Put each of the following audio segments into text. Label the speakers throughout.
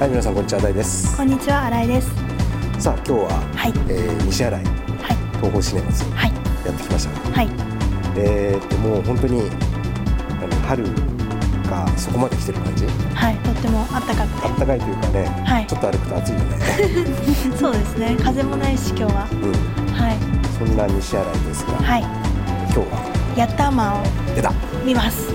Speaker 1: はい、皆さんこんにちは、大です。
Speaker 2: こんにちは、新井です。
Speaker 1: さあ、今日は、
Speaker 2: はい、
Speaker 1: えー、西新井
Speaker 2: はい、
Speaker 1: 東宝シネマズ
Speaker 2: はい、
Speaker 1: やってきました。
Speaker 2: はい、
Speaker 1: えー、ともう本当にあの春がそこまで来てる感じ。
Speaker 2: はい、とっても暖か
Speaker 1: あっ
Speaker 2: く
Speaker 1: たかいというかね、
Speaker 2: て。はい
Speaker 1: ちょ、っと歩くと暑いよね。
Speaker 2: そうですね。風もないし、今日は。
Speaker 1: うん、
Speaker 2: はい、
Speaker 1: そんな西新井ですが、
Speaker 2: は、
Speaker 1: 今日はい
Speaker 2: ヤッターマンを
Speaker 1: 出た。
Speaker 2: 見ます。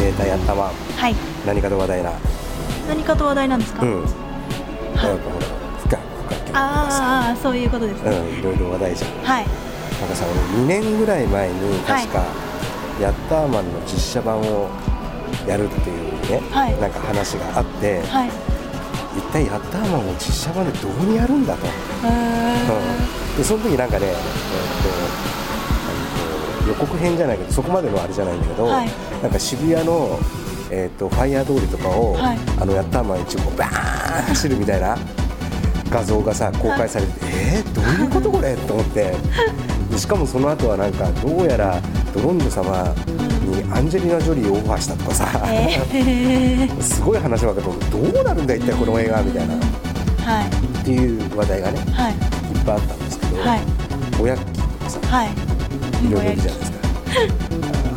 Speaker 1: データやったまん
Speaker 2: はい、
Speaker 1: 何かと話題な。
Speaker 2: 何かと話題なんですか。
Speaker 1: うん。なんか
Speaker 2: はい
Speaker 1: ほら深い深いっていうかさ。
Speaker 2: あーあーあー、そういうことです
Speaker 1: う
Speaker 2: ね。
Speaker 1: ん、いろいろ話題じゃん。
Speaker 2: はい、
Speaker 1: なんかさ、2年ぐらい前に
Speaker 2: はい
Speaker 1: 確か、ヤッターマンの実写版をやるっていうね、
Speaker 2: はい
Speaker 1: なんか話があって、
Speaker 2: はい、
Speaker 1: 一体ヤッターマンを実写版でどうにやるんだと、うんでその時なんかね、えーっとあの予告編じゃないけどそこまでのあれじゃないんだけど、
Speaker 2: はい
Speaker 1: なんか渋谷の、えーっとファイヤー通りとかを、
Speaker 2: はい
Speaker 1: あのヤッターマン一号バーン走るみたいな画像がさ公開されて、えー、どういうことこれと思ってでしかもその後はなんかどうやらドロンジョ様にアンジェリーナ・ジョリーをオファーしたとかさ、
Speaker 2: うーん。え ー
Speaker 1: すごい話はだけどどうなるんだ一体この映画みたいな。
Speaker 2: はい、
Speaker 1: っていう話題がね
Speaker 2: は
Speaker 1: い
Speaker 2: い、
Speaker 1: っぱいあったんですけど、
Speaker 2: はい、
Speaker 1: おやっきとかさ
Speaker 2: はい。
Speaker 1: いろいろいるじゃないですか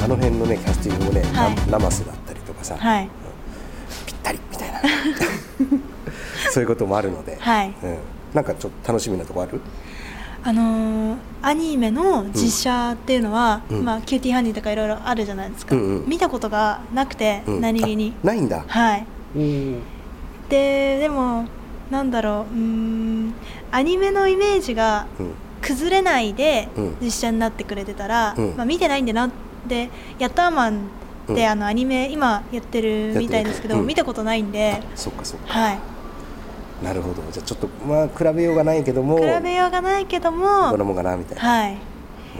Speaker 1: あの辺のねキャスティングもね、
Speaker 2: はい
Speaker 1: ララマスだったりとかさ、
Speaker 2: はい、
Speaker 1: ぴったりみたいな そういうこともあるので、
Speaker 2: はい。
Speaker 1: うん、なんかちょっと楽しみなとこある
Speaker 2: あのーアニメの実写っていうのは、
Speaker 1: うん
Speaker 2: まあ、キューティーハニーとかいろいろあるじゃないですか、
Speaker 1: うんうん
Speaker 2: 見たことがなくて、
Speaker 1: うん
Speaker 2: 何気に
Speaker 1: あないんだ、
Speaker 2: はい
Speaker 1: うん
Speaker 2: ででもなんだろううーんアニメのイメージが
Speaker 1: うん
Speaker 2: 崩れないで
Speaker 1: うん
Speaker 2: 実写になってくれてたら、
Speaker 1: うん
Speaker 2: まあ、見てないんだなってヤッターマンって、
Speaker 1: うん
Speaker 2: あのアニメ今やってるみたいですけ
Speaker 1: やって
Speaker 2: ど、
Speaker 1: るうん
Speaker 2: 見たことないんで、
Speaker 1: そっかそっか
Speaker 2: はい、
Speaker 1: なるほどじゃあちょっとまあ比べようがないけども
Speaker 2: 比べようがないけども
Speaker 1: こんなもんかなみたいな,、
Speaker 2: はい、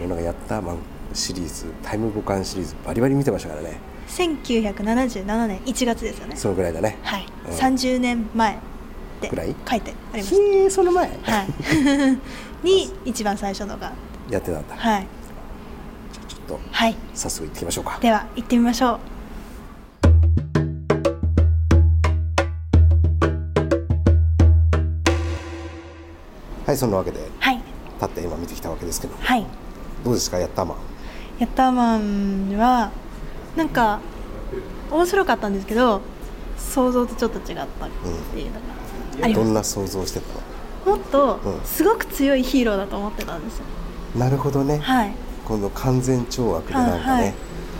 Speaker 1: なんかやったマンシリーズタイムボカンシリーズバリバリ見てましたからね
Speaker 2: 1977年1月ですよね
Speaker 1: そのぐらいだね
Speaker 2: はい、
Speaker 1: うん
Speaker 2: 30年前って
Speaker 1: ぐらい
Speaker 2: 書いてありまし
Speaker 1: へえその前
Speaker 2: た、はい、 に一番最初のが
Speaker 1: やってたんだ、
Speaker 2: はい、
Speaker 1: ちょっと
Speaker 2: はい、
Speaker 1: 早速行ってきましょうか
Speaker 2: では行ってみましょう
Speaker 1: はいそんなわけで
Speaker 2: はい
Speaker 1: 立って今見てきたわけですけど
Speaker 2: はい
Speaker 1: どうですかやったま
Speaker 2: ヤッターマンはなんか面白かったんですけど想像とちょっと違ったっていうのがあり
Speaker 1: ど
Speaker 2: ま
Speaker 1: ん
Speaker 2: す
Speaker 1: な想像してた
Speaker 2: もっと
Speaker 1: うん
Speaker 2: すごく強いヒーローだと思ってたんですよ
Speaker 1: のなるほどね、
Speaker 2: はい
Speaker 1: 今度完全懲悪でなんかね、
Speaker 2: はいはい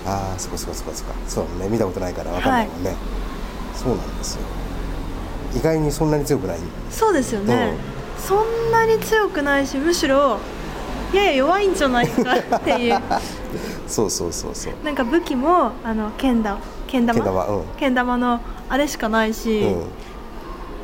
Speaker 1: ああそこそこそこそこそうね見たことないからわかんないもんね、そうなんですよ意外にそんなに強くない
Speaker 2: そうですよね、そんなに強くないしむしろやや弱いんじゃないかっていう
Speaker 1: そうそうそうそう
Speaker 2: なんか武器もあの剣だ剣
Speaker 1: け
Speaker 2: 玉
Speaker 1: どまあうん、
Speaker 2: 剣玉のあれしかないし、
Speaker 1: うん、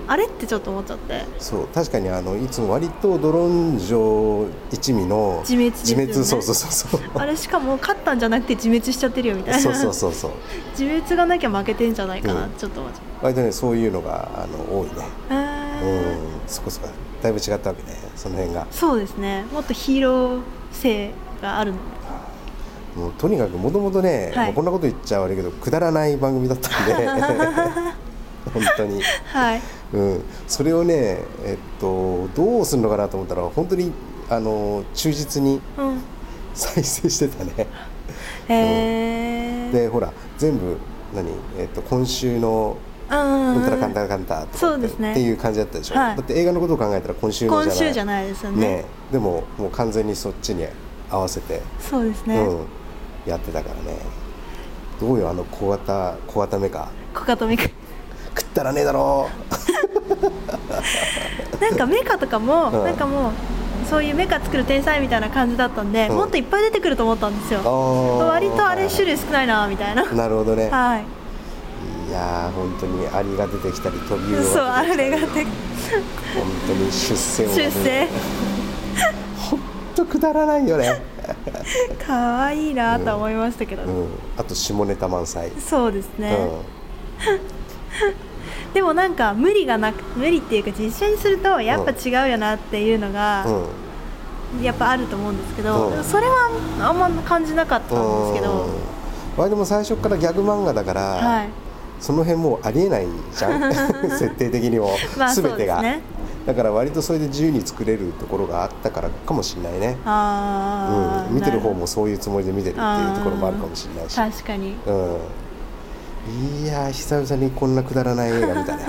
Speaker 2: あれってちょっと思っちゃって
Speaker 1: そう確かにあのいつも割とドロンジョ一味の
Speaker 2: 自滅ですよね
Speaker 1: 自滅そうそう そうそう
Speaker 2: あれしかも勝ったんじゃなくて自滅しちゃってるよみたいな
Speaker 1: そうそうそうそう
Speaker 2: 自滅がなきゃ負けてんじゃないかな、
Speaker 1: うん
Speaker 2: ちょっと思っちゃ
Speaker 1: 割とねそういうのがあの多いね
Speaker 2: うあー
Speaker 1: うんそこそこだいぶ違ったわけねその辺が
Speaker 2: そうですねもっとヒーロー性があるの
Speaker 1: もうとにかくもともとね、
Speaker 2: はい
Speaker 1: もうこんなこと言っちゃ悪いけどくだらない番組だったん で本当に、
Speaker 2: はい
Speaker 1: うん、それをねえっとどうするのかなと思ったら本当にあの忠実に
Speaker 2: うん
Speaker 1: 再生してたね
Speaker 2: へえ
Speaker 1: でほら全部何、えっと、今週の「うんたらかんたらかんた」とかって
Speaker 2: そうですね
Speaker 1: っていう感じだったでしょ、
Speaker 2: はい
Speaker 1: だって映画のことを考えたら今週のじゃ
Speaker 2: 今
Speaker 1: ない
Speaker 2: 週じゃないですよね
Speaker 1: ねでももう完全にそっちに合わせて
Speaker 2: そうですね、
Speaker 1: うん、やってたからねどうよあの小型小型メカ
Speaker 2: 小型メカ
Speaker 1: 食ったらねえだろ
Speaker 2: なんかメカとかも、
Speaker 1: うん
Speaker 2: なんかもうそういうメカ作る天才みたいな感じだったんで、
Speaker 1: うん
Speaker 2: もっといっぱい出てくると思ったんですよ
Speaker 1: う
Speaker 2: 割とあれ種類少ないなみたいな
Speaker 1: なるほどね、
Speaker 2: はい
Speaker 1: い、やー本当にアリが出てきたり飛び
Speaker 2: そう
Speaker 1: が
Speaker 2: あ
Speaker 1: 出てきた
Speaker 2: れ
Speaker 1: り
Speaker 2: が
Speaker 1: 本
Speaker 2: て
Speaker 1: 当に出世を
Speaker 2: 出世
Speaker 1: 本当くだらないよ ね、
Speaker 2: 可愛いなと思いましたけど、
Speaker 1: うん、あと下ネタ満載、
Speaker 2: そうですね、
Speaker 1: うん
Speaker 2: でもなんか無理がなく無理っていうか実写にするとやっぱ違うよなっていうのが、
Speaker 1: うん
Speaker 2: やっぱあると思うんですけ
Speaker 1: うん
Speaker 2: どそれはあんま感じなかったんですけど
Speaker 1: まあでも最初からギャグ漫画だから、
Speaker 2: はい
Speaker 1: その辺もうありえないじ ゃん設定的にも、
Speaker 2: まあ
Speaker 1: 全
Speaker 2: そう
Speaker 1: て
Speaker 2: で
Speaker 1: が、
Speaker 2: すね
Speaker 1: だから割とそれで自由に作れるところがあったからかもしれないね、
Speaker 2: あ
Speaker 1: う
Speaker 2: あ
Speaker 1: ん、見てる方もそういうつもりで見てるっていうところもあるかもしれないし、
Speaker 2: 確かに
Speaker 1: うん、いやー久々にこんなくだらない映画見た ね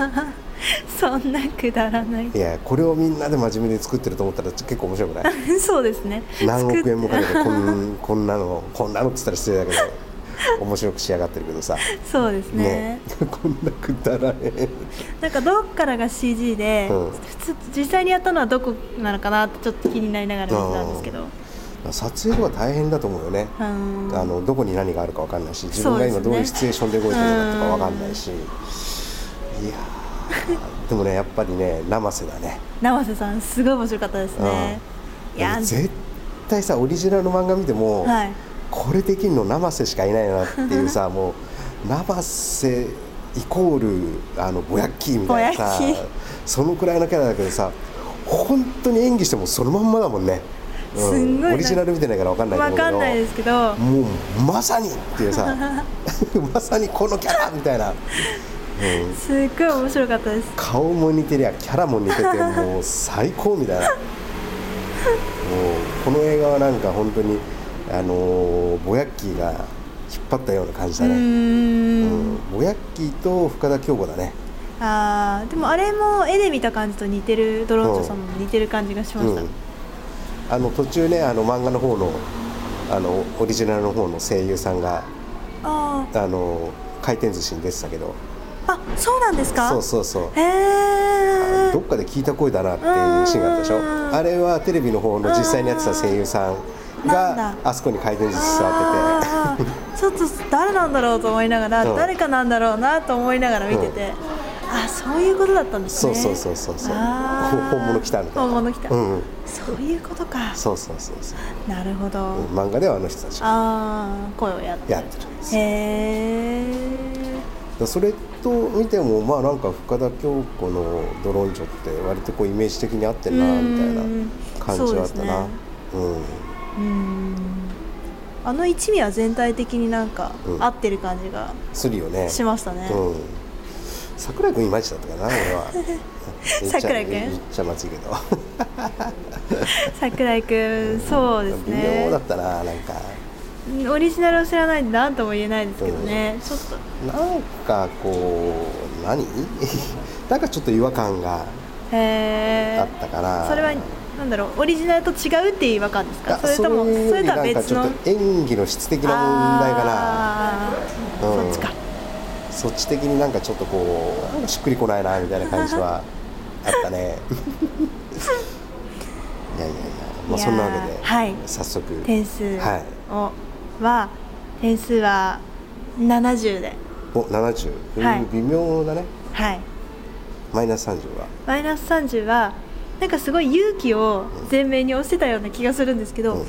Speaker 2: そんなくだらない
Speaker 1: いやこれをみんなで真面目に作ってると思ったら結構面白くない
Speaker 2: そうですね
Speaker 1: 何億円もかけ
Speaker 2: 作
Speaker 1: てこん こんなのこんなのっつったら失礼だけ ど面白く仕上がってるけどさ
Speaker 2: っ そうですね
Speaker 1: こんなくだらねえ
Speaker 2: なんかどっからが CG で、
Speaker 1: うん
Speaker 2: 普通実際にやったのはどこなのかなってちょっと気になりながら見てたんですけど、
Speaker 1: 撮影とか大変だと思うよね、
Speaker 2: あのー
Speaker 1: あのどこに何があるか分かんないし自分が今
Speaker 2: そうです
Speaker 1: ど
Speaker 2: ね
Speaker 1: ういうシチュエーションで動いてるのかとか分かんないし、いやーでもねやっぱりね生瀬だね
Speaker 2: 生瀬さんすごい面白かったですね、いや
Speaker 1: 俺絶対さオリジナルの漫画見ても、
Speaker 2: はい
Speaker 1: これできるの生瀬しかいないなっていう さもう生瀬イコールあのぼやっきーみたいなさ
Speaker 2: ぼやっきー
Speaker 1: そのくらいのキャラだけどさ本当に演技してもそのまんまだもんね、う
Speaker 2: すんごいな
Speaker 1: オリジナル見てないから分かんないと思
Speaker 2: わ
Speaker 1: うけど
Speaker 2: かんないですけど
Speaker 1: もうまさにっていう さ まさにこのキャラみたいな、うん
Speaker 2: すっごい面白かったです
Speaker 1: 顔も似てりゃキャラも似て てもう最高みたいなもうこの映画はなんか本当にあのーぼやっきーが引っ張ったような感じ
Speaker 2: う
Speaker 1: だね、う
Speaker 2: ーん
Speaker 1: ん、ぼやっきーと深田恭子だね
Speaker 2: あーでもあれも絵で見た感じと似てるドロンチョさんも似てる感じがしました、
Speaker 1: うん、あの途中ねあの漫画の方のあのオリジナルの方の声優さんが
Speaker 2: あー
Speaker 1: あの回転寿司に出てたけど
Speaker 2: あそうなんですか
Speaker 1: そうそうそう
Speaker 2: へえ
Speaker 1: どっかで聞いた声だなっていうシーンがあったでしょ
Speaker 2: うん
Speaker 1: あれはテレビの方の実際にやってた声優さん
Speaker 2: な
Speaker 1: が
Speaker 2: んだ
Speaker 1: あそこに回転術座ってて
Speaker 2: あーちょっと誰なんだろうと思いながら
Speaker 1: そう
Speaker 2: 誰かなんだろうなと思いながら見てて、あそういうことだったんです
Speaker 1: そう
Speaker 2: ね
Speaker 1: そうそうそうそう
Speaker 2: あー
Speaker 1: 本物来たみたいな
Speaker 2: 本物来た
Speaker 1: うんうん
Speaker 2: そういうことか
Speaker 1: そうそうそうそう
Speaker 2: なるほど、
Speaker 1: うん漫画ではあの人たちが
Speaker 2: ああ声をやって
Speaker 1: やってるんです
Speaker 2: へえ
Speaker 1: それと見てもまあなんか深田恭子の「ドロンジョ」って割とこうイメージ的に合ってるなみたいな感じはあったなうん
Speaker 2: うんあの一味は全体的になんか
Speaker 1: うん
Speaker 2: 合ってる感じが
Speaker 1: するよね
Speaker 2: しましたね、
Speaker 1: うん桜井君いまいちだったかな俺 は
Speaker 2: 桜井君
Speaker 1: 言っちゃまずいけど
Speaker 2: 桜井くんそうです
Speaker 1: 微妙だ
Speaker 2: ね
Speaker 1: ったななんか
Speaker 2: オリジナルを知らないんで何とも言えないですけどね、ちょっと
Speaker 1: なんかこう何 なんかちょっと違和感が
Speaker 2: へ
Speaker 1: あ
Speaker 2: え
Speaker 1: ったから
Speaker 2: それはなんだろうオリジナルと違うっていう違和感ですか
Speaker 1: あ
Speaker 2: それとも
Speaker 1: そ
Speaker 2: そ
Speaker 1: ういうよ
Speaker 2: れ
Speaker 1: り
Speaker 2: とは
Speaker 1: なんか
Speaker 2: 別
Speaker 1: ち
Speaker 2: の
Speaker 1: ょっと演技の質的な問題かな
Speaker 2: あー
Speaker 1: うん
Speaker 2: そっちか
Speaker 1: そっち的になんかちょっとこうなんかしっくりこないなみたいな感じ はあったねいやいやいやまあ
Speaker 2: いやー
Speaker 1: そんなわけで、
Speaker 2: はい
Speaker 1: 早速
Speaker 2: 点数を、
Speaker 1: はい
Speaker 2: は点数は70で
Speaker 1: お70、
Speaker 2: はい
Speaker 1: 微妙だね
Speaker 2: はい
Speaker 1: マイナス30は
Speaker 2: マイナス30はなんかすごい勇気を前面に押してたような気がするんですけど、
Speaker 1: うん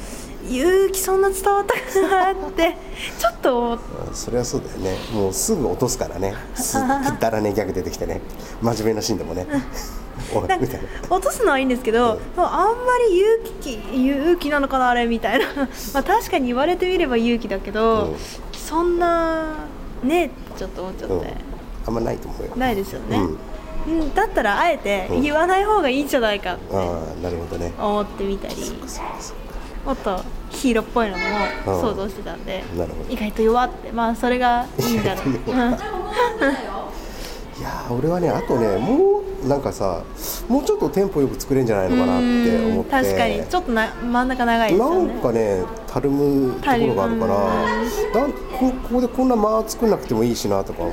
Speaker 2: 勇気そんな伝わったかなってちょっと思っ
Speaker 1: あそれはそうだよねもうすぐ落とすからねすっくだらねえギャグ出てきてね真面目なシーンでもねお
Speaker 2: ないんか
Speaker 1: みたいな
Speaker 2: 落とすのはいいんですけど、もうあんまり勇気勇気なのかなあれみたいな まあ確かに言われてみれば勇気だけど、
Speaker 1: うん
Speaker 2: そんなねえってちょっと思っちゃって、
Speaker 1: うんあんまないと思うよ
Speaker 2: ないですよね、うん、だったらあえて言わない方がいいんじゃないかって
Speaker 1: ああなるほどね
Speaker 2: 思ってみたり
Speaker 1: そうかそうか
Speaker 2: もっと黄色っぽいのも
Speaker 1: うん
Speaker 2: 想像してたんで、
Speaker 1: なるほど
Speaker 2: 意外と弱ってまあそれがいいん だろう
Speaker 1: いやー俺はねあとねもうなんかさもうちょっとテンポよく作れんじゃないのかなって思って
Speaker 2: 確かにちょっとな真ん中長いですよ
Speaker 1: なん
Speaker 2: ね
Speaker 1: かねたるむところがあるからなんこここでこんな間作んなくてもいいしなとかもう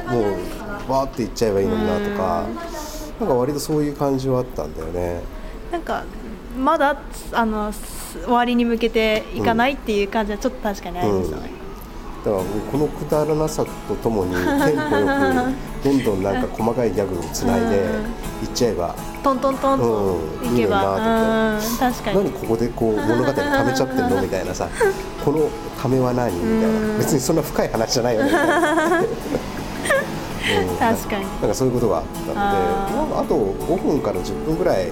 Speaker 1: バーっていっちゃえばいいのになとかなんか割とそういう感じはあったんだよね
Speaker 2: なんかまだあのす終わりに向けていかないっていう感じはちょっと確かにありましたね、
Speaker 1: だからもうこのくだらなさとと もにテンポよくどんどんなんか細かいギャグをつないでいっちゃえば
Speaker 2: トントントンと
Speaker 1: うん
Speaker 2: い
Speaker 1: いい
Speaker 2: けば、
Speaker 1: の
Speaker 2: うん確か
Speaker 1: 何
Speaker 2: に
Speaker 1: ここでこう物語ためちゃってんのみたいな さこのためは何みたいな別にそんな深い話じゃないよねみ たいなうん
Speaker 2: 確かに
Speaker 1: なんかそういうことがあったので
Speaker 2: あー
Speaker 1: まああと5分から10分ぐらい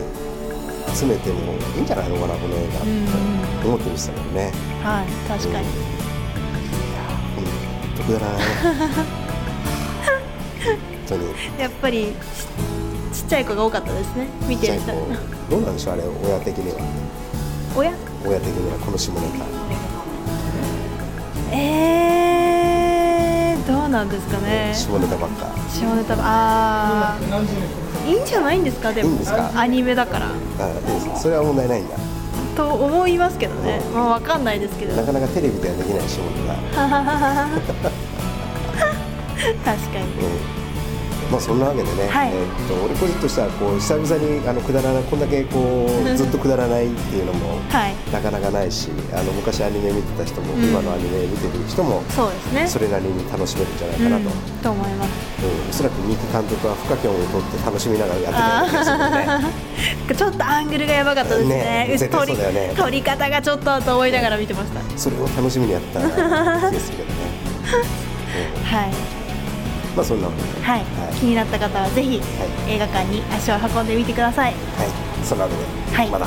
Speaker 1: 詰めてもいいんじゃないのかなこの映画、
Speaker 2: うんうん
Speaker 1: と思って見てたもんね
Speaker 2: はい確かに、
Speaker 1: うん得だ な本当に
Speaker 2: やっぱりちちっちゃい子が多かったですね見てる人
Speaker 1: どうなんでしょうあれ親的には
Speaker 2: 親
Speaker 1: 親的にはこの下ネタ
Speaker 2: えー、どうなんですかね
Speaker 1: 下ネタばっか
Speaker 2: 下ネタあーいいんじゃないんですかでも
Speaker 1: いいんですか
Speaker 2: アニメだから
Speaker 1: あいいですそれは問題ないんだ
Speaker 2: と思いますけどねまあわかんないですけど
Speaker 1: なかなかテレビではできない下ネタ
Speaker 2: 確かに
Speaker 1: うんまあそんなわけでね、
Speaker 2: はい
Speaker 1: えっとオリコリとしてはこう久々にあのくだらないこんだけこうずっとくだらないっていうのも
Speaker 2: はい
Speaker 1: なかなかないしあの昔アニメ見てた人も、
Speaker 2: うん
Speaker 1: 今のアニメ見てる人も
Speaker 2: そうで
Speaker 1: そ
Speaker 2: すね
Speaker 1: れなりに楽しめるんじゃないか
Speaker 2: う
Speaker 1: なと、
Speaker 2: んと思います
Speaker 1: うんおそらく三木監督は深き音を取って楽しみながらやってたんですよね
Speaker 2: ちょっとアングルがやばかったです
Speaker 1: ね
Speaker 2: ね
Speaker 1: 絶対そうだよね
Speaker 2: 取り取り方がちょっとと思いながら見てました
Speaker 1: それを楽しみにやったなって気がするけどね、
Speaker 2: は
Speaker 1: う
Speaker 2: い
Speaker 1: んまあそんなわけで
Speaker 2: はい、
Speaker 1: はい
Speaker 2: 気になった方はぜひ映画館に足を運んでみてくださ
Speaker 1: は
Speaker 2: い
Speaker 1: い、そんなわけで、
Speaker 2: はい
Speaker 1: まだ